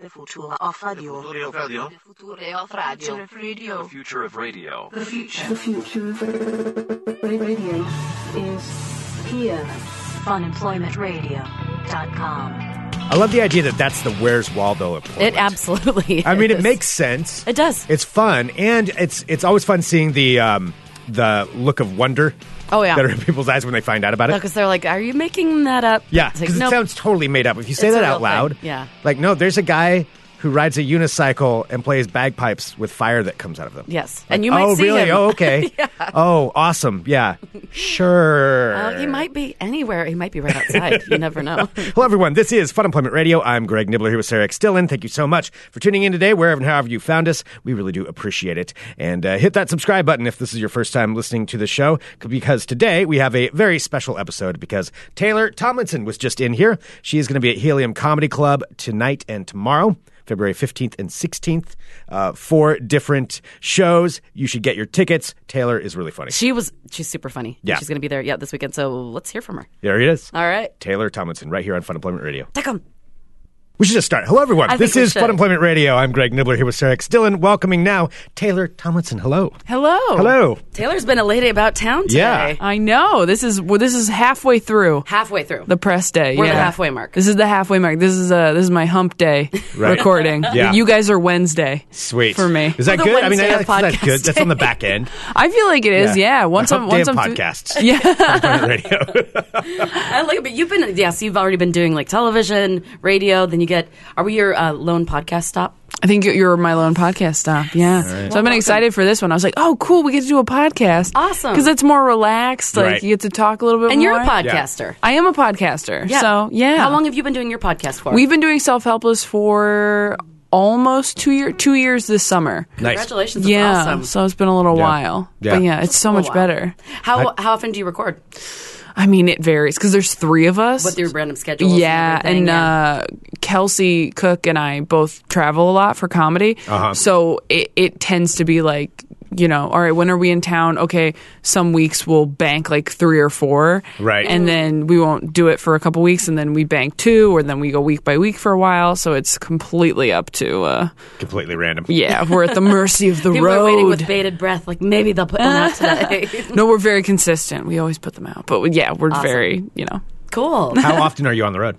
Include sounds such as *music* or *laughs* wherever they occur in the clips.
The future of radio. Future of radio. Future of Radio. The future of radio. The future. The future of radio is here. Unemploymentradio.com. I love the idea that that's the Where's Waldo employment. It absolutely. I mean, it is. makes sense. It does. It's fun, and it's it's always fun seeing the um, the look of wonder. Oh, yeah. that are in people's eyes when they find out about it. because they're like, "Are you making that up?" Yeah, It's because like, it nope. sounds totally made up. If you say It's a that real out loud, thing, yeah. like no, there's a guy who rides a unicycle and plays bagpipes with fire that comes out of them. Yes. Like, And you might oh, see really? him. Oh, *laughs* okay. Oh, awesome. Yeah, sure. Well, he might be anywhere. He might be right outside. you *laughs* never know. Hello, everyone. This is Fun Employment Radio. I'm Greg Nibbler here with Sarah X. Dillon. Thank you so much for tuning in today, wherever and however you found us. We really do appreciate it. And uh, hit that subscribe button if this is your first time listening to the show, c- because today we have a very special episode because Taylor Tomlinson was just in here. She is going to be at Helium Comedy Club tonight and tomorrow. February 15th and 16th, uh, four different shows. You should get your tickets. Taylor is really funny. She was. She's super funny. Yeah. She's going to be there. Yeah, this weekend. So let's hear from her. There it is. All right. Taylor Tomlinson, right here on Fun Employment Radio. Take 'em. We should just start. Hello, everyone. I think This we is should. Fun Employment Radio. I'm Greg Nibbler here with Sarah X. Dillon, welcoming now Taylor Tomlinson. Hello. Hello. Hello. Taylor's been a lady about town today. Yeah. I know. This is well, this is halfway through Halfway through. the press day. We're yeah. the halfway mark. This is the halfway mark. This is uh this is my hump day Right. recording. Yeah. You guys are Wednesday. Sweet. For me. Is that Well, the good? I mean, Wednesday I of that's podcast good. That's on the back end. I feel like it is. *laughs* Yeah. Once The I'm hump day once of I'm through- *laughs* podcasts. yeah. Employment *laughs* Radio. I like it, Uh, but you've been yes, you've already been doing like television, radio. Then you get are we your uh, lone podcast stop? I think you're- you're my lone podcast stop. Yeah. So I've been excited for this one. I was like, oh, cool. We get to do a podcast. Awesome. Because it's more relaxed. Like Right. you get to talk a little bit And more. you're a podcaster. I am a podcaster. So yeah. How long have you been doing your podcast for? We've been doing self helpless for almost two year two years this summer. nice. congratulations. That's Yeah, awesome. so it's been a little Yeah. while. Yeah. But yeah, it's so much while. better. how how often do you record? I mean, it varies because there's three of us. With your random schedules? yeah, and, and uh, Kelsey Cook and I both travel a lot for comedy, Uh-huh. so it, it tends to be like you know, all right, when are we in town? Okay, some weeks we'll bank like three or four, Right. and then we won't do it for a couple weeks, and then we bank two, or then we go week by week for a while. So it's completely up to uh, Completely random. yeah, we're at the mercy *laughs* of the People road. are waiting with bated breath, like maybe they'll put one out today. *laughs* *laughs* No, we're very consistent. We always put them out. But we- yeah, we're very, you know. cool. How often are you on the road?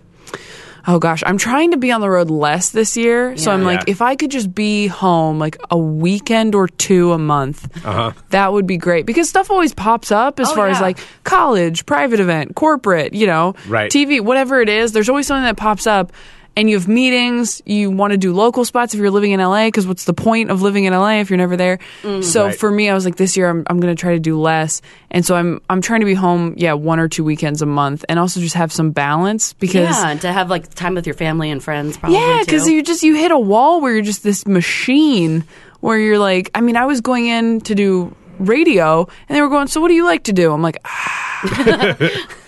Oh gosh, I'm trying to be on the road less this year. So I'm like, Yeah. if I could just be home like a weekend or two a month, Uh-huh. that would be great. Because stuff always pops up as Oh, far as yeah. like college, private event, corporate, you know, Right. TV, whatever it is. There's always something that pops up. And you have meetings, you want to do local spots if you're living in LA, because what's the point of living in LA if you're never there? Mm-hmm. So Right. for me, I was like, this year I'm, I'm going to try to do less. And so I'm, I'm trying to be home, yeah, one or two weekends a month and also just have some balance because yeah, and to have like time with your family and friends. Probably yeah, because because you just you hit a wall where you're just this machine where you're like, I mean, I was going in to do radio, and they were going, so what do you like to do? I'm like, ah, *laughs*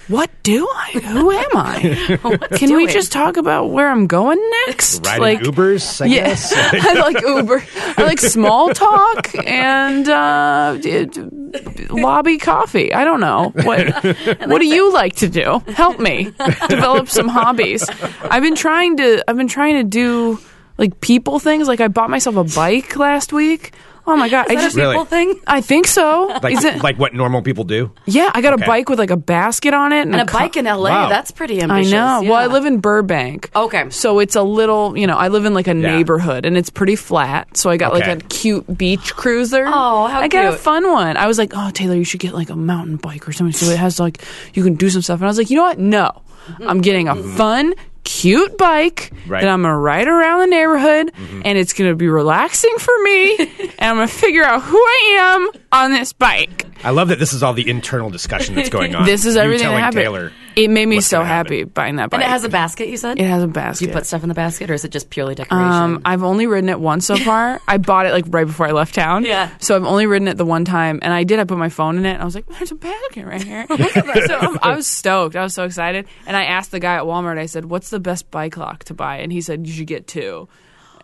what do I? Who am I? Can we doing? just talk about where I'm going next? Riding like. Ubers, I Yes, *laughs* guess? I like Uber. I like small talk and uh, d- d- lobby coffee. I don't know what. What do you like to do? Help me develop some hobbies. I've been trying to. I've been trying to do like people things. Like I bought myself a bike last week. Oh my god! I just. Really? people thing I think so. Like, Is it? like what normal people do? yeah, I got a bike with like a basket on it and, and a co- bike in LA. Wow. That's pretty I ambitious. know. Well, I yeah. live in Burbank. Okay. So it's a little, you know, I live in like a neighborhood and it's pretty flat. So I got Okay. like a cute beach cruiser. Oh, how I got a cute. fun one. I was like, oh, Taylor, you should get like a mountain bike or something. So it has like, you can do some stuff. And I was like, you know what? No. I'm getting a fun, cute bike Mm-hmm. Right. Mm-hmm. that I'm going to ride around the neighborhood and it's going to be relaxing for *laughs* me. and I'm going to figure out who I am on this bike. I love that this is all the internal discussion that's going *laughs* on. This is You everything that telling happened. Taylor. it made me what's so gonna happen. happy buying that bike. And it has a basket. You said It has a basket. Do you put stuff in the basket, or is it just purely decoration? Um, I've only ridden it once so far. *laughs* I bought it like right before I left town. Yeah. So I've only ridden it the one time, and I did. I put my phone in it, and I was like, "There's a basket right *laughs* here." *laughs* so I'm, I was stoked. I was so excited, and I asked the guy at Walmart. I said, "What's the best bike lock to buy?" And he said, "You should get two.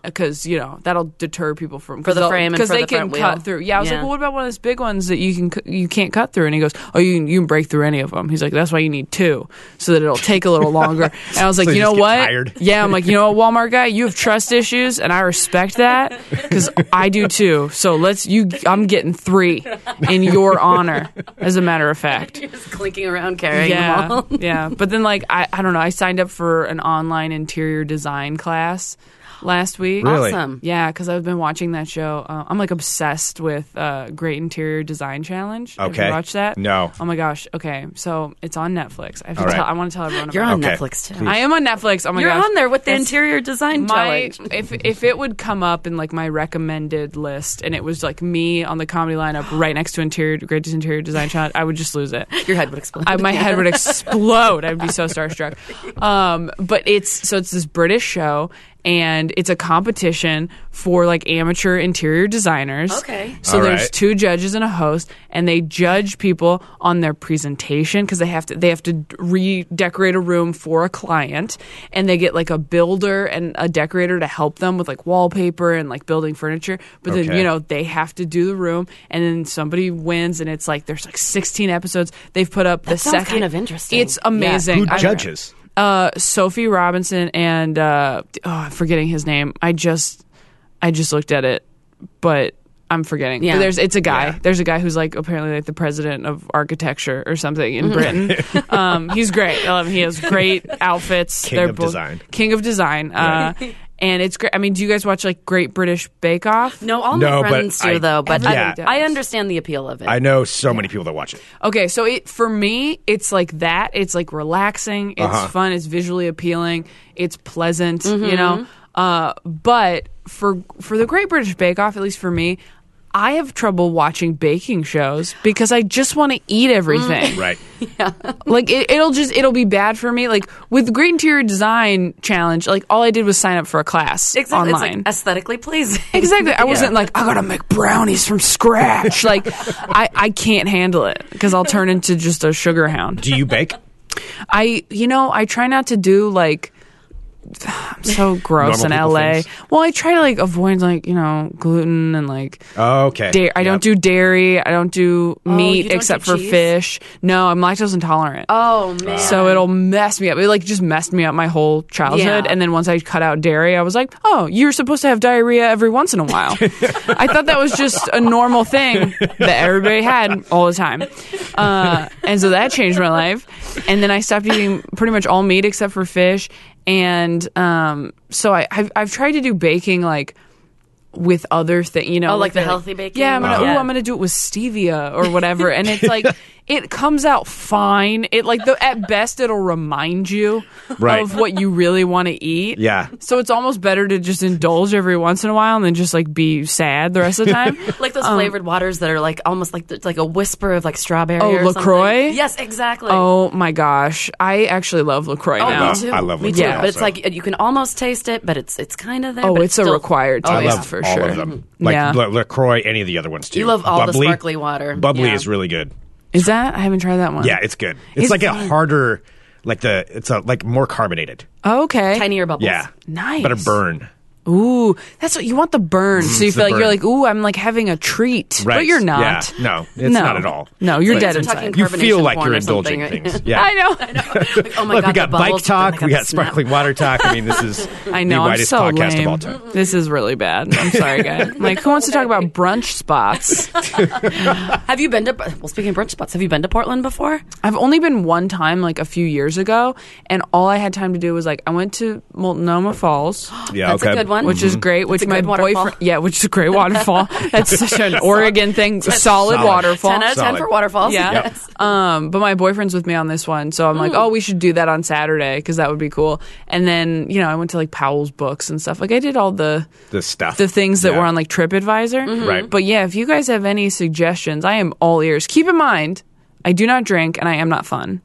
because you know that'll deter people from For the frame and because for they the can front wheel. cut through. Yeah, I was Yeah. like, well, what about one of those big ones that you can cu- you can't cut through? And he goes, oh, you can, you can break through any of them. He's like, that's why you need two so that it'll take a little *laughs* longer. And I was like, So you you know just get what? tired. Yeah, I'm like, you know what, Walmart guy, you have trust issues, and I respect that because I do too. So let's you, I'm getting three in your honor, as a matter of fact *laughs* You're just clinking around carrying yeah, them all. *laughs* yeah. But then, like, I, I don't know. I signed up for an online interior design class last week. Um, Really? Awesome. Yeah, because I've been watching that show. Uh, I'm like obsessed with uh, Great Interior Design Challenge. Have Okay. you watched that? No. Oh my gosh. Okay, so it's on Netflix. I have to All right. tell. I want to tell everyone. You're about on Okay. Netflix too. It. I am on Netflix. Oh my You're gosh. on there with the That's interior design my challenge. *laughs* if if it would come up in like my recommended list and it was like me on the comedy lineup right next to interior great interior design challenge I would just lose *laughs* it Your head would explode. I, my head would explode. I'd be so starstruck. *laughs* Um, but it's so it's this British show, and it's a competition for like amateur interior designers. Okay. So All there's right. two judges and a host, and they judge people on their presentation because they have to they have to redecorate a room for a client, and they get like a builder and a decorator to help them with like wallpaper and like building furniture. But then Okay. you know they have to do the room and then somebody wins and it's like there's like 16 episodes they've put up the sounds second kind of interesting. it's Yeah. amazing Who I- judges? uh sophie robinson and uh oh i'm forgetting his name i just i just looked at it but i'm forgetting Yeah. But there's it's a guy Yeah. there's a guy who's like apparently like the president of architecture or something in britain um he's great I love him. he has great outfits King They're of both- design. king of design uh and it's great i mean do you guys watch like great british bake off no, all No, my but friends do I- though. But Yeah. I, I understand the appeal of it. I know so many people that watch it. Okay, so it for me, it's like that. It's like relaxing. It's Uh-huh. fun. It's visually appealing. It's pleasant. Mm-hmm. You know. Uh, but for for the Great British Bake Off, at least for me, I have trouble watching baking shows because I just want to eat everything. Mm. Right. Like it, it'll just it'll be bad for me. Like with Great Interior Design Challenge, like all I did was sign up for a class exactly. online. It's like aesthetically pleasing. *laughs* Exactly. I wasn't like, I gotta make brownies from scratch. Like, I, I can't handle it because I'll turn into just a sugar hound. Do *laughs* you bake? I, you know, I try not to do like, *sighs* I'm so gross Normal in people LA. things. Well, I try to like avoid like, you know, gluten and like, Oh, Okay. da- I don't do dairy. I don't do meat Oh, you don't except do for cheese? fish. No, I'm lactose intolerant. oh man. So it'll mess me up. It like just messed me up my whole childhood. Yeah. And then once I cut out dairy, I was like, oh, you're supposed to have diarrhea every once in a *laughs* while. I thought that was just a normal thing that everybody had all the time. Uh, and so that changed my life. And then I stopped eating pretty much all meat except for fish. And um, so I, I've, I've tried to do baking like with other things, you know, Oh, like the they're healthy baking? Yeah, I'm gonna, Uh-huh. ooh, I'm gonna do it with stevia or whatever, and it's *laughs* like it comes out fine. It like the, at best it'll remind you Right. of what you really want to eat. Yeah. So it's almost better to just indulge every once in a while and then just like be sad the rest of the *laughs* time. like those Um, flavored waters that are like almost like it's like a whisper of like strawberry. Oh, or something. LaCroix? Yes, exactly. oh my gosh, I actually love Lacroix Oh, now. me too. I love me LaCroix too. Yeah. But it's also. like you can almost taste it, but it's it's kind of there. Oh, but it's a still- required Oh, I choice love for all sure. of them. Like Yeah. La- LaCroix, any of the other ones too. You love all the Bubbly. sparkly water. Bubbly Yeah. is really good. Is that I haven't tried that one? Yeah, it's good. It's, It's like a fun. harder, like the it's a like more carbonated. okay. tinier bubbles. Yeah, Nice. Better burn. Ooh, that's what you want the burn. So you Mm, It's feel the like you're burn. like, ooh, I'm like having a treat, Right. but you're not. Yeah. No, it's No. not at all. No, you're But dead We're inside. talking You feel carbonation like porn you're or something, indulging right? things. Yeah. I know. *laughs* Like, oh my *laughs* Look, god, we got the bike bubbles, talk, we got the snap. sparkling water talk. I mean, this is I know. the I'm widest so podcast lame. Mm-hmm. of all time. This is really bad. I'm sorry, *laughs* guys. I'm like, who wants to talk about brunch spots? Have you been to? Well, speaking of brunch spots, have you been to Portland before? I've only been one time, like a few years ago, and all I had time to do was like I went to Multnomah *gasps* Falls, Yeah, That's a okay. Mm-hmm. good one. which is great. Which a my good waterfall. boyfriend, yeah, which is a great *laughs* waterfall. That's such an Oregon thing. Solid, Solid. waterfall. 10 out of 10 Solid. for waterfalls. Yeah. Yep. Um, but my boyfriend's with me on this one, so I'm like, oh, we should do that on Saturday because that would be cool. And then you know, I went to like Powell's Books and stuff. Like I did all the The stuff. Mm-hmm. the things that Yeah. were on like TripAdvisor. Mm-hmm. Right. But yeah, if you guys have any suggestions, I am all ears. Keep in mind, I do not drink and I am not fun.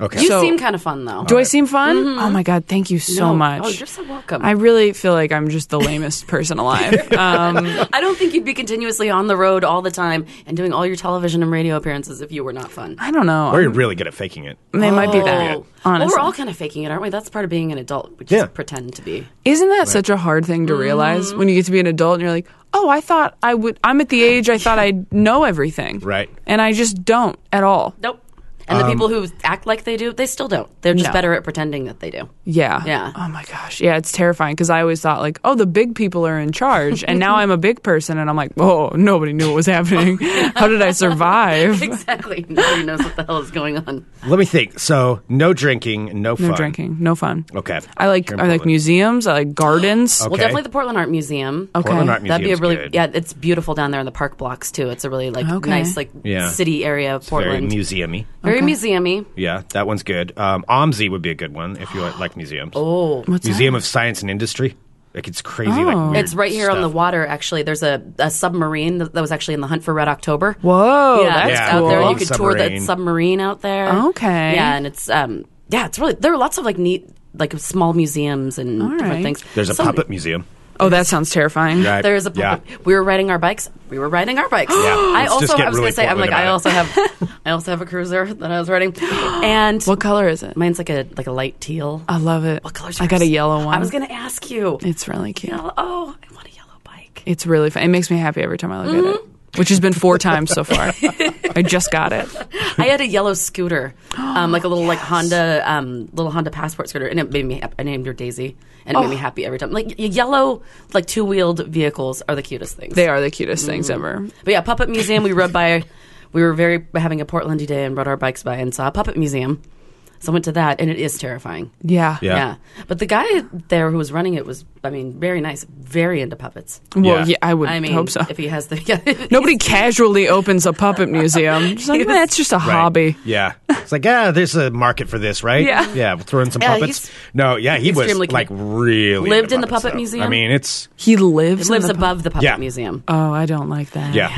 Okay. You So- seem kind of fun though. Oh. Do I seem fun? Oh my god, thank you so Mm-hmm. No. much. Oh, you're so welcome. I really feel like I'm just the lamest person *laughs* alive. Um, I don't think you'd be continuously on the road all the time and doing all your television and radio appearances if you were not fun. I don't know. Or you're really good at faking it. They might be that. Oh. Well, Honestly, we're all kind of faking it, aren't we? That's part of being an adult. We just Yeah. pretend to be. isn't that such a hard thing to realize Mm-hmm. when you get to be an adult and you're like, oh, I thought I would. I'm at the age I thought I'd know everything, Right. And I just don't at all. Nope. And Um, the people who act like they do, they still don't. They're just No. better at pretending that they *laughs* do. Yeah. Yeah. Oh my gosh. Yeah, it's terrifying because I always thought like, oh, the big people are in charge, and now I'm a big person, and I'm like, oh, nobody knew what was *laughs* happening. How did I survive? Exactly. Nobody knows what the hell is going on. Let me think. So, no drinking, no fun. No drinking. No fun. Okay. I like Here in I like Portland. museums. I like gardens. *gasps* Okay. Well, definitely the Portland Art Museum. Okay. Portland Art That'd be a Museum's really good. yeah. It's beautiful down there in the park blocks too. It's a really like Okay. nice like Yeah. city area of Very Portland. museumy. Very museumy. Yeah, that one's good. Um, OMSI would be a good one if you like like museums. Oh, What's Museum of Science and Industry. Like it's crazy. Like Oh. weird it's right here on the stuff. water. Actually, there's a, a submarine that, that was actually in the hunt for Red October. Whoa, yeah, that's it's cool. out there. Yeah, You could tour submarine. that submarine out there. Okay. Yeah, and it's um yeah, it's really there are lots of like neat like small museums and All different right. things. There's a Some- puppet museum. Oh, that sounds terrifying. *laughs* Right. There is a Yeah. puppet. We were riding our bikes. We were riding our *gasps* bikes. I let's also just get I was really gonna say I'm Portland like I about *laughs* also have I also have a cruiser that I was riding, and What color is it? mine's like a like a light teal. I love it. What color's I got a yours? yellow one. I was gonna ask you. It's really cute. Oh, I want a yellow bike. It's really fun. It makes me happy every time I look at Mm-hmm. it, which has been four times so *laughs* far. I just got it. I had a yellow scooter, um, like a little *gasps* like Honda, um, little Honda passport scooter, and it made me. hap- I named her Daisy, and it Oh. made me happy every time. Like y- yellow, like two wheeled vehicles are the cutest things. They are the cutest things Mm. ever. But yeah, puppet museum. We rode by. We were very having a Portlandy day and rode our bikes by and saw a puppet museum. So I went to that, and it is terrifying. Yeah. Yeah. But the guy there who was running it was, I mean, very nice, very into puppets. Well, Yeah. yeah, I would I mean, hope so. if he has the *laughs* yeah, Nobody casually opens a puppet museum. *laughs* Just like, He was- that's just a Right. hobby. Yeah. It's like, yeah, there's a market for this, right? Yeah. Yeah, we'll throw in some Yeah, puppets. he's No, yeah, he was extremely like cool. really Lived into in the puppets, puppet though. museum? I mean, it's He lives. in lives the pu- above the puppet Yeah. museum. Oh, I don't like that. yeah.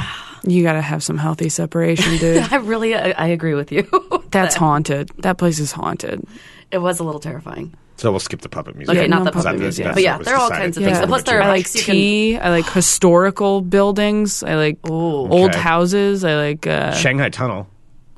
You got to have some healthy *laughs* separation, dude. I really, I, I agree with you. *laughs* That's haunted. That place is haunted. it was a little terrifying. So we'll skip the puppet museum. Okay, Yeah, not no the puppet puppet museum. museum, That's but what yeah, was there are all decided. kinds of Yeah. things. Plus, there are I like bikes you can- tea. I like historical buildings. I like old Okay. houses. I like uh, Shanghai Tunnel.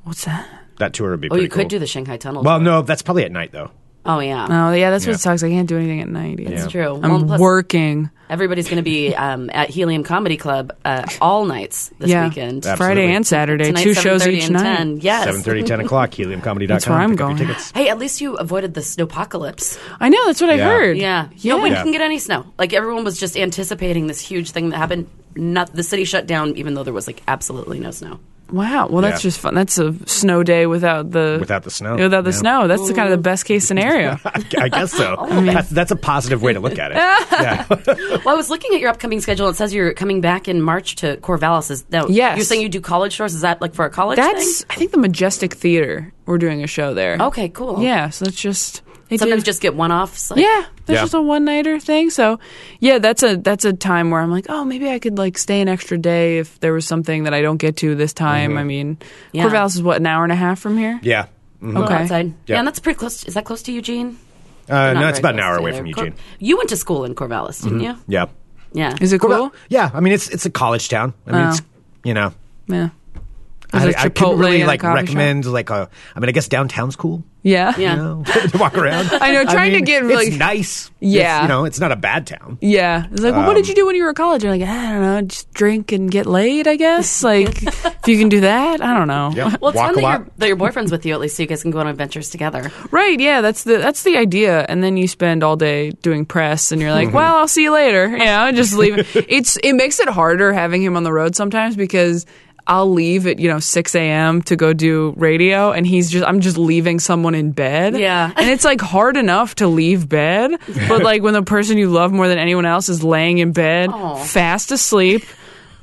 what's that? That tour would be Oh, pretty you could cool. do the Shanghai Tunnel. Well, tour. no, that's probably at night though. Oh yeah, Oh yeah, that's Yeah. what sucks. I can't do anything at night. either. it's true. I'm Well, plus, working Everybody's going to be um, at Helium Comedy Club uh, all nights this Yeah. weekend. Absolutely. Friday and Saturday. Tonight, Two shows 7:30 each and night. 10. Yes. 7:30, 10 o'clock, heliumcomedy.com. That's where I'm Pick up going. your tickets. Hey, at least you avoided the snowpocalypse. I know that's what I Yeah. heard. Yeah. yeah. No, we Yeah. didn't get any snow. Like everyone was just anticipating this huge thing that happened. Not the city shut down, even though there was like absolutely no snow. Wow. Well, that's Yeah. just fun. That's a snow day without the Without the snow. Without the Yeah. snow. That's the kind of the best case *laughs* scenario. I guess *laughs* so. Oh, that's, that's a positive way to look at it. yeah. Well, I was looking at your upcoming schedule. It says you're coming back in March to Corvallis. Is that, Yes. You're saying you do college shows. Is that like for a college That's thing? I think the Majestic Theater. We're doing a show there. Okay, cool. Yeah. So that's just they Sometimes do- just get one offs. Like, Yeah, there's Yeah. just a one nighter thing. So, yeah, that's a that's a time where I'm like, oh, maybe I could like stay an extra day if there was something that I don't get to this time. I mean, Yeah. Corvallis is what an hour and a half from here. Mm-hmm. Yeah. Mhm. a little Okay. outside. Yeah. Yeah, and that's pretty close. Is that close to Eugene? Uh, Not no, it's very about an hour close away to from there. Cor- Eugene. Mm-hmm. you went to school in Corvallis, didn't you? Yeah. Yeah. Is it cool? Well, yeah, I mean it's it's a college town. I mean, Oh. it's, you know, Yeah. There's I, a I couldn't Chipotle really and a like coffee shop. recommend like a. I mean, I guess downtown's cool. Yeah. Yeah. You know, *laughs* to walk around. *laughs* I know, trying to mean, get, it's like- nice. Yeah. it's, you know, it's not a bad town. Yeah. It's like, well, what did you do when you were in college? You're like, I don't know, just drink and get laid, I guess. Like, if you can do that, I don't know. Yeah, Well, it's walk fun a that, lot. your, that your boyfriend's with you at least, so you guys can go on adventures together. *laughs* Right. Yeah. That's the that's the idea. And then you spend all day doing press, and you're like, well, I'll see you later. You know, and just leave. it's it makes it harder having him on the road sometimes because. I'll leave at you know 6 a.m. to go do radio, and he's just I'm just leaving someone in bed. Yeah. and it's like hard enough to leave bed, but like when the person you love more than anyone else is laying in bed, Aw. fast asleep,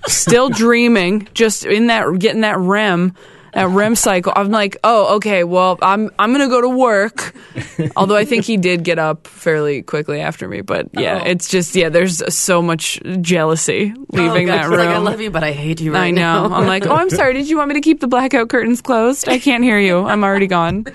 still dreaming, just in that getting that REM. that REM cycle. I'm like, oh, okay. Well, I'm I'm gonna go to work. *laughs* Although I think he did get up fairly quickly after me, but yeah, Oh. it's just yeah. There's so much jealousy leaving God, that she's room. Oh, Like, I love you, but I hate you. Right I *laughs* know. Now. I'm like, oh, I'm sorry. Did you want me to keep the blackout curtains closed? I can't hear you. I'm already gone.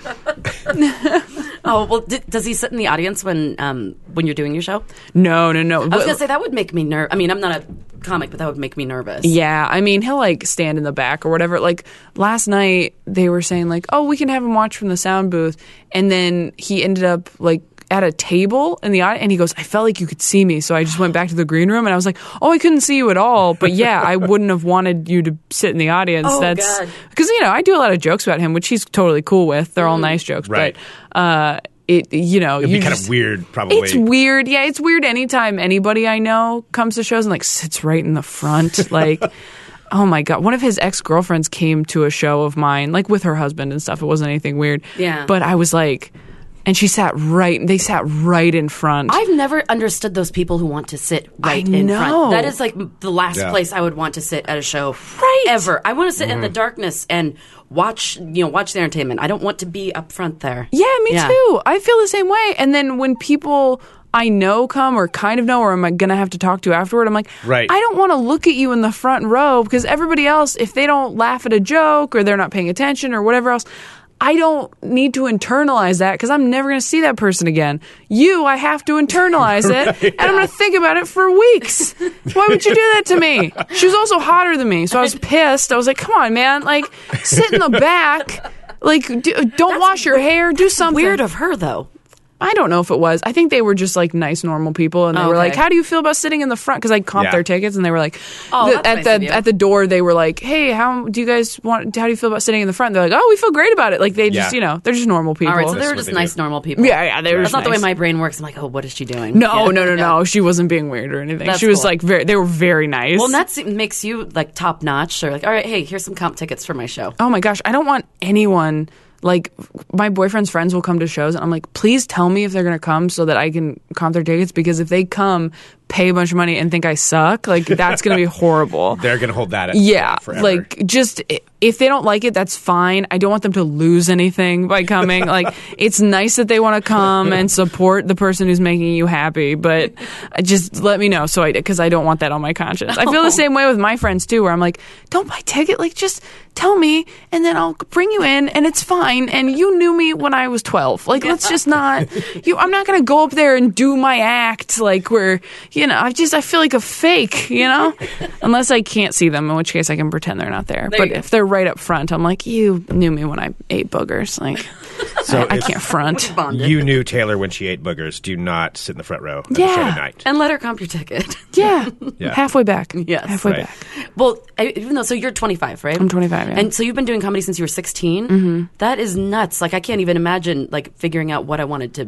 oh well, d- does he sit in the audience when um when you're doing your show? No, no, no. I was gonna say that would make me nervous. I mean, I'm not a comic, but that would make me nervous. Yeah, I mean, he'll like stand in the back or whatever. Like last night, they were saying like, "Oh, we can have him watch from the sound booth," and then he ended up like at a table in the audience, and he goes, "I felt like you could see me, so I just went back to the green room, and I was like, oh, I couldn't see you at all, but yeah, I wouldn't have wanted you to sit in the audience. Oh, That's God. because you know I do a lot of jokes about him, which he's totally cool with. They're all Mm-hmm. nice jokes, Right. but uh, it you know It'd you be kind just- of weird, probably. it's weird. Yeah, it's weird anytime anybody I know comes to shows and like sits right in the front. Like, oh my God. One of his ex girlfriends came to a show of mine, like with her husband and stuff. It wasn't anything weird. Yeah. But I was like, and she sat right, they sat right in front. I've never understood those people who want to sit right I in know. front. That is like m- the last Yeah. place I would want to sit at a show, Right. Ever. I want to sit in the Mm-hmm. darkness and watch, you know, watch the entertainment. I don't want to be up front there. Yeah, me too. I feel the same way. And then when people I know come or kind of know or am I gonna have to talk to afterward, I'm like, Right. I don't want to look at you in the front row because everybody else, if they don't laugh at a joke or they're not paying attention or whatever else. I don't need to internalize that because I'm never going to see that person again. You, I have to internalize it, and I'm going to think about it for weeks. Why would you do that to me? She was also hotter than me, so I was pissed. I was like, "Come on, man! Like, sit in the back. Like, do, don't wash your hair. Do something." Weird of her though. I don't know if it was. I think they were just like nice, normal people, and they were Okay. like, "How do you feel about sitting in the front?" Because I comped Yeah. their tickets, and they were like, Oh, the- that's at nice the of you. at the door, they were like, "Hey, how do you guys want? How do you feel about sitting in the front?" They're like, "Oh, we feel great about it." Like they just, Yeah. you know, they're just normal people. All right, so they That's what were just they nice, do. normal people. yeah, yeah, they were. That's just not the way nice. my brain works. I'm like, oh, what is she doing? No, Yeah. no, no, Yeah. no. She wasn't being weird or anything. That's she was cool. like very. They were very nice. Well, and that se- makes you like top notch. Or like, all right, hey, here's some comp tickets for my show. oh my gosh, I don't want anyone like my boyfriend's friends will come to shows and I'm like, please tell me if they're gonna come so that I can comp their tickets because if they come, pay a bunch of money and think I suck, like that's *laughs* gonna be horrible. They're going to hold that. At Yeah, forever. like just i- if they don't like it, that's fine. I don't want them to lose anything by *laughs* coming. like it's nice that they want to come and support the person who's making you happy, but just let me know so I because I don't want that on my conscience. I *laughs* feel the same way with my friends too, where I'm like, don't buy ticket, like just tell me and then I'll bring you in and it's fine. And you knew me when I was 12. Like let's just not. You, I'm not gonna go up there and do my act like we're you know. I just I feel like a fake, you *laughs* know, unless I can't see them, in which case I can pretend they're not there. There but you go. if they're right up front, I'm like, you knew me when I ate boogers. Like So I if can't *laughs* front. Bonded. You knew Taylor when she ate boogers. Do not sit in the front row of the show Yeah. tonight. and let her comp your ticket. *laughs* Yeah. Yeah. halfway back. Yes. halfway Right. back. Well, I- even though, so you're 25, right? I'm 25, yeah. Mm-hmm. And so you've been doing comedy since you were 16. That is nuts. Like I can't even imagine like figuring out what I wanted to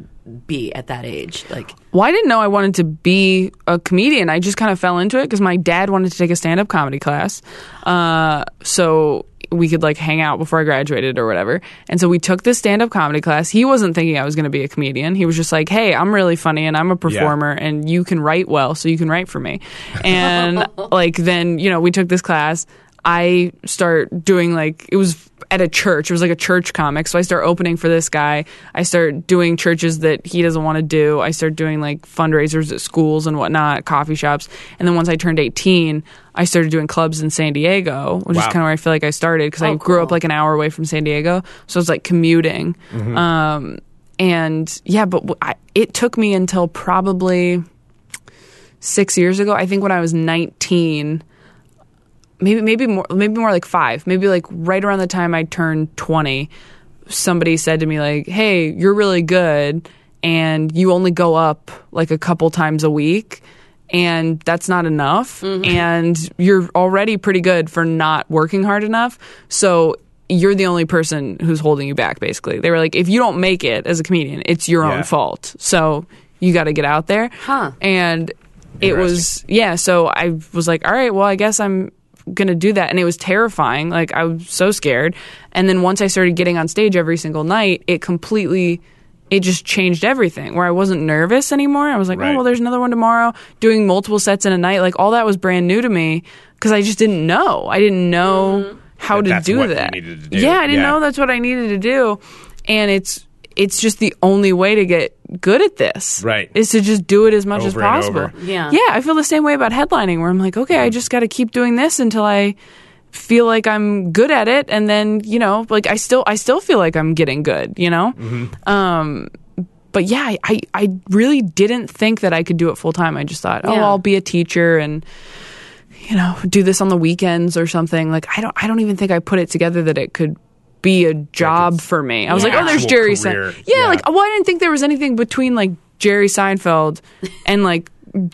be at that age. Like Well, I didn't know I wanted to be a comedian. I just kind of fell into it because my dad wanted to take a stand up comedy class. Uh, so we could like hang out before I graduated or whatever. And so we took this stand up comedy class. He wasn't thinking I was going to be a comedian. He was just like, hey, I'm really funny and I'm a performer and you can write well, so you can write for me. And like, then, you know, we took this class. I start doing like it was at a church. It was like a church comic. So I start opening for this guy. I start doing churches that he doesn't want to do. I start doing like fundraisers at schools and whatnot, coffee shops. And then once I turned 18, I started doing clubs in San Diego, which is Wow. kind of where I feel like I started because I grew up like an hour away from San Diego. So it's like commuting. Um, and yeah, but w I it took me until probably six years ago. I think when I was 19, maybe maybe more maybe more like five, maybe like right around the time I turned 20, somebody said to me like, "Hey, you're really good, and you only go up like a couple times a week." And that's not enough. And you're already pretty good for not working hard enough. So you're the only person who's holding you back, basically. They were like, if you don't make it as a comedian, it's your Yeah. own fault. So you got to get out there. Huh. And it was yeah so i was like all right well i guess i'm gonna do that and it was terrifying like i was so scared and then once i started getting on stage every single night it completely it just changed everything where i wasn't nervous anymore i was like Right. oh well there's another one tomorrow doing multiple sets in a night like all that was brand new to me because i just didn't know i didn't know how to Mm-hmm. That that's do what you that. needed to do. Yeah, I didn't Yeah. know that's what I needed to do, and it's it's just the only way to get good at this. Right. is to just do it as much as Over and possible. over. Yeah. yeah. I feel the same way about headlining, where I'm like, okay, I just got to keep doing this until I feel like I'm good at it, and then you know, like I still I still feel like I'm getting good. You know. Um, but yeah, I- I, I really didn't think that I could do it full time. I just thought, oh, Yeah. I'll be a teacher and you know do this on the weekends or something. Like I don't I don't even think I put it together that it could be a job for me. I was like, oh, there's actual Jerry career. Seinfeld. Yeah. Yeah, like well, I didn't think there was anything between like Jerry Seinfeld and like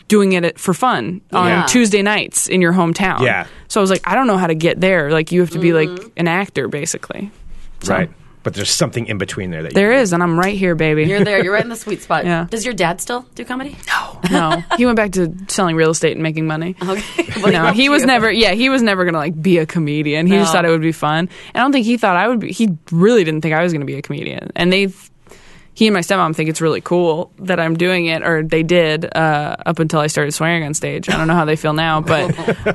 doing it for fun on Yeah. Tuesday nights in your hometown. Yeah. So I was like, I don't know how to get there. Like you have to be Mm-hmm. like an actor basically. Right. But there's something in between there that There is, and I'm right here, baby. You're there. You're right in the sweet *laughs* spot. Yeah. Does your dad still *laughs* do comedy? no, he went back to selling real estate and making money. Okay. *laughs* Well, No, helped he was you. never. Yeah, he was never gonna like be a comedian. He just No. thought it would be fun. And I don't think he thought I would. be He really didn't think I was gonna be a comedian. And they, he and my stepmom think it's really cool that I'm doing it, or they did uh, up until I started swearing on stage. I don't know how they feel now, but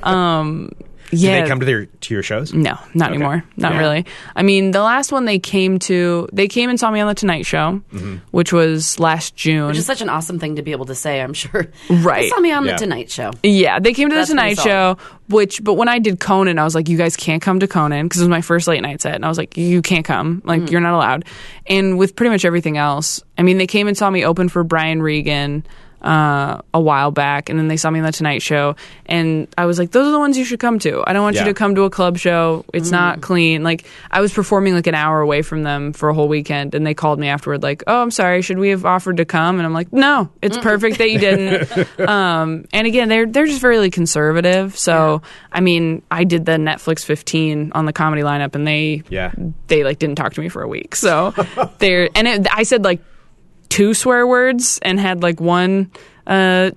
um, you, yeah, They come to their to your shows. no, not anymore. Not really. I mean, the last one they came to, they came and saw me on the Tonight Show, Mm-hmm. which was last June. Which is such an awesome thing to be able to say. I'm sure. Right. They saw me on Yeah. the Tonight Show. Yeah, they came to That's the pretty Tonight Show, which but when I did Conan, I was like, you guys can't come to Conan because it was my first late night set, and I was like, you can't come, like Mm. you're not allowed. And with pretty much everything else, I mean, they came and saw me open for Brian Regan uh, a while back, and then they saw me on the Tonight Show, and I was like, those are the ones you should come to. I don't want Yeah. you to come to a club show; it's Mm. not clean. Like I was performing like an hour away from them for a whole weekend, and they called me afterward, like, oh, I'm sorry, should we have offered to come? And I'm like, no, it's perfect that you *laughs* didn't. and again, they're they're just really conservative. So I mean, I did the Netflix 15 on the comedy lineup, and they Yeah. they like didn't talk to me for a week. So *laughs* they're and it, I said like two swear words and had like one uh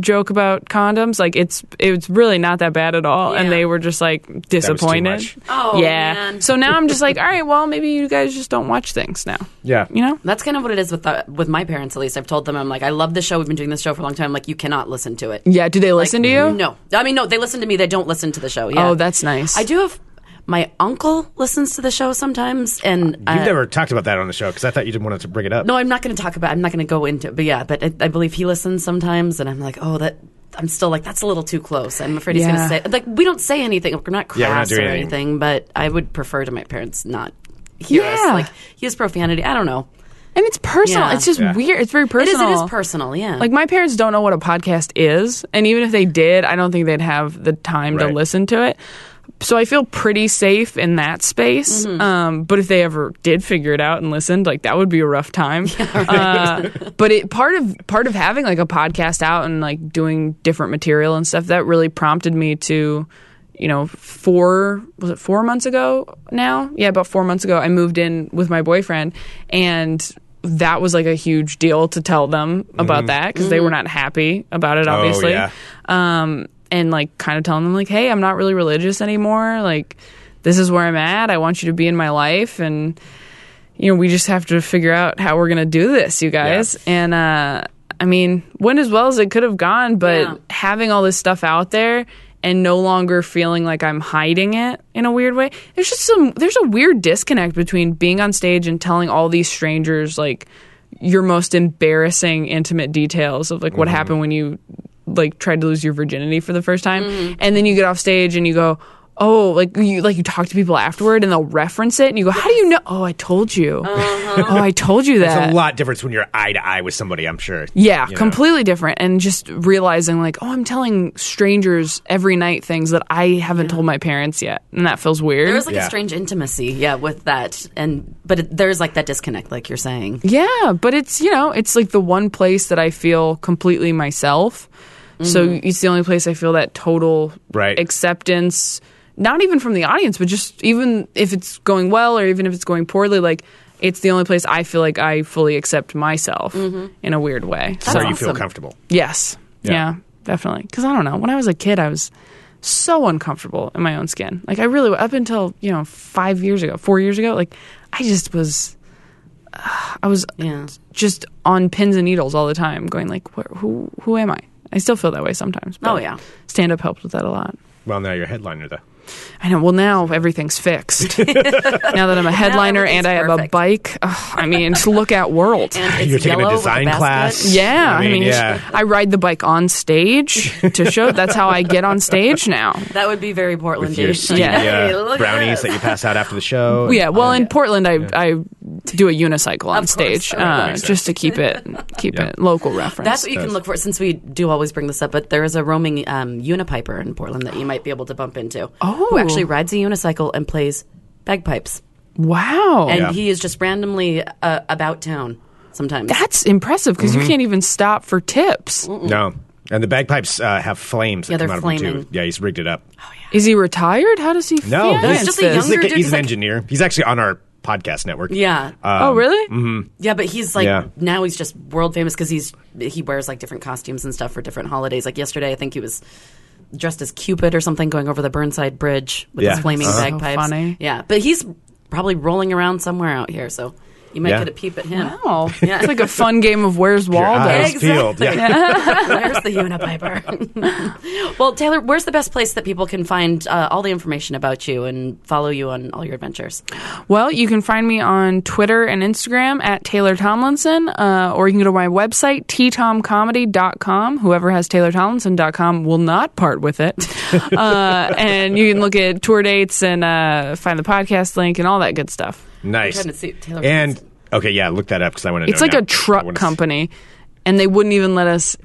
joke about condoms like it's it's really not that bad at all and Yeah. they were just like disappointed much. Oh, yeah man. so now i'm just like all right well maybe you guys just don't watch things now Yeah. you know That's kind of what it is with the, with my parents. At least I've told them I'm like, I love the show. We've been doing this show for a long time. like, you cannot listen to it. yeah do they listen to you No, I mean no. They listen to me. They don't listen to the show. Yeah. Oh, that's nice. I do have my uncle listens to the show sometimes, and You've uh, never talked about that on the show because I thought you didn't want to bring it up. No, I'm not going to talk about. I'm not going to go into. But yeah, but I, I believe he listens sometimes, and I'm like, oh, that. I'm still like that's a little too close. I'm afraid he's going Yeah. to say like we don't say anything. We're not crass Yeah, we're not doing or anything. anything. But I would prefer to my parents not hear us Yeah. like use profanity. I don't know. and it's personal Yeah. it's just Yeah. weird it's very It is. personal It is personal. Yeah. Like my parents don't know what a podcast is, and even if they did, I don't think they'd have the time Right. to listen to it. So I feel pretty safe in that space. Um, but if they ever did figure it out and listened, like that would be a rough time. uh, but it part of part of having like a podcast out and like doing different material and stuff that really prompted me to. You know, four was it four months ago now? Yeah, about four months ago, I moved in with my boyfriend, and that was like a huge deal to tell them about that because they were not happy about it obviously yeah. um, and like kind of telling them like hey i'm not really religious anymore like this is where i'm at i want you to be in my life and you know we just have to figure out how we're going to do this you guys and uh, i mean went as well as it could have gone but Yeah. having all this stuff out there and no longer feeling like i'm hiding it in a weird way there's just some there's a weird disconnect between being on stage and telling all these strangers like your most embarrassing intimate details of like Mm-hmm. what happened when you like tried to lose your virginity for the first time and then you get off stage and you go oh like you like you talk to people afterward and they'll reference it and you go how do you know oh i told you *laughs* oh i told you that It's a lot difference when you're eye to eye with somebody. I'm sure. yeah, You know? completely different. And just realizing, like, oh, I'm telling strangers every night things that I haven't told my parents yet. And that feels weird. there is like Yeah. a strange intimacy, yeah, with that, and but it, there's like that disconnect, like you're saying. yeah, but it's, you know, it's like the one place that I feel completely myself. So it's the only place I feel that total Mm-hmm. Right. acceptance, not even from the audience, but just even if it's going well or even if it's going poorly, like, it's the only place I feel like I fully accept myself Mm-hmm. in a weird way. So you feel awesome. comfortable. Yes. Yeah. Yeah, definitely. Because I don't know. When I was a kid, I was so uncomfortable in my own skin. Like I really, up until you know five years ago, four years ago, like I just was, I was Yeah. just on pins and needles all the time, going like, where, who, who am I? I still feel that way sometimes. Oh, yeah. stand up helped with that a lot. Well, now you're a headliner, though. I know. Well, now everything's *laughs* fixed. now that I'm a headliner and I have a everything's perfect. bike, ugh, I mean, *laughs* it's look out world. And *laughs* it's You're taking a yellow with design basket. class. Yeah, I mean, yeah. I ride the bike on stage to show. That's how I get on stage *laughs* now. That would be very Portland. With your Yeah. yeah. Hey, look at brownies that this. you pass out after the *laughs* show. Yeah, well, in Portland, I I do a unicycle on course, stage that uh, makes just to keep it keep Yeah. it local reference. That's what you can look for since we do always bring this up, but there is a roaming um, unipiper in Portland that you might be able to bump into. Oh. Who actually rides a unicycle and plays bagpipes. wow, And Yeah. he is just randomly uh, about town sometimes. that's impressive because Mm-hmm. you can't even stop for tips. No. And the bagpipes uh, have flames that Yeah, come they're out of them, too. flaming. Oh, Yeah, he's rigged it up. Is he retired? How does he? No, finance he's just a this? He's, like, younger dude, he's he's an like- engineer. He's actually on our podcast network. yeah. um, oh, really? mm-hmm. yeah, but he's like, Yeah. now he's just world famous because he's, he wears like different costumes and stuff for different holidays. Like yesterday, I think he was dressed as Cupid or something going over the Burnside Bridge with Yeah. his flaming Uh-huh. bagpipes. funny. Yeah. But he's probably rolling around somewhere out here, so you might Yeah. get a peep at him. Oh, Yeah. it's like a fun game of Where's Your Waldo. eyes peeled. Yeah. Where's the Unipiper? *laughs* well, Taylor, where's the best place that people can find uh, all the information about you and follow you on all your adventures? Well, you can find me on Twitter and Instagram at Taylor Tomlinson, uh, or you can go to my website, ttomcomedy.com. Whoever has TaylorTomlinson.com will not part with it. *laughs* uh, and you can look at tour dates and uh, find the podcast link and all that good stuff. Nice. I'm trying to see Taylor and Swift. okay, yeah, look that up because I want to. It's like a truck company, and they wouldn't even let us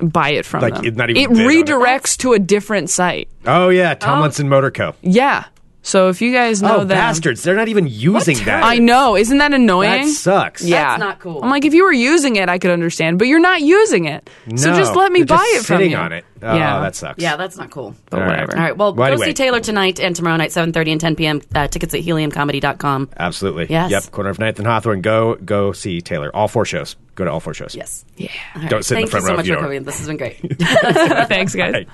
buy it from Like, them. it- not even it bid on it. redirects to a different site. Oh yeah, Tomlinson Motor Co. Yeah. So if you guys know Oh, them- bastards! They're not even using that. I know. Isn't that annoying? That sucks. Yeah. That's not cool. I'm like, if you were using it, I could understand, but you're not using it. so just let me they're buy just it from sitting you. on it. Oh, yeah. that sucks. Yeah, that's not cool. But All right. whatever. All right. Well, Well, go anyway. see Taylor tonight and tomorrow night, 7.30 and 10 p.m. Uh, tickets at heliumcomedy.com. Absolutely. Yes. Yep. Corner of Ninth and Hawthorne. Go, go see Taylor. All four shows. Go to all four shows. Yes. Yeah. All right. Don't sit in Thank the front you so row if you don't. much for coming. This has been great. *laughs* Thanks, guys. Hey.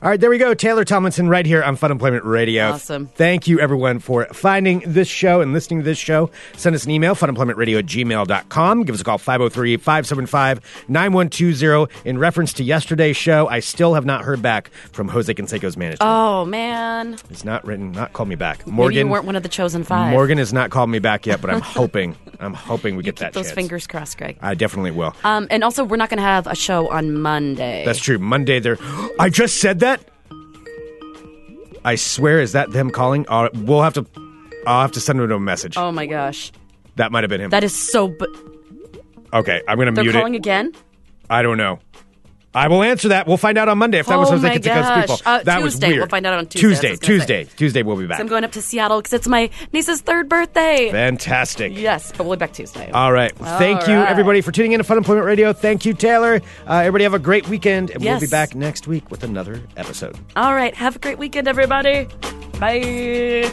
All right, there we go. Taylor Tomlinson right here on Fun Employment Radio. Awesome. Thank you, everyone, for finding this show and listening to this show. Send us an email, funemploymentradio at gmail.com. Give us a call, 503 575 9120. In reference to yesterday's show, I still have not heard back from Jose Canseco's management. oh, man. it's not written, not call me back. Maybe you Morgan weren't one of the chosen five. Morgan has not called me back yet, but I'm hoping, I'm *laughs* hoping we get that Those chance. fingers crossed, Greg. I definitely will. Um, and also, we're not going to have a show on Monday. That's true. Monday, they're. *gasps* I just said that. I swear, is that them calling? Uh, we'll have to. I'll have to send them a message. oh, my gosh. that might have been him. That is so... Bu- okay, I'm gonna they're mute calling it. again? I don't know. I will answer that. We'll find out on Monday if that was Oh Jose my Canseco's gosh. people. Uh, that was Tuesday. weird. We'll find out on Tuesday. Tuesday. That's what I was gonna Tuesday. Tuesday. We'll be back. So I'm going up to Seattle because it's my niece's third birthday. Fantastic. Yes, but we'll be back Tuesday. All right. Well, thank you, right. everybody, for tuning in to Fun Employment Radio. Thank you, Taylor. Uh, everybody, have a great weekend, and Yes. we'll be back next week with another episode. All right. Have a great weekend, everybody. Bye.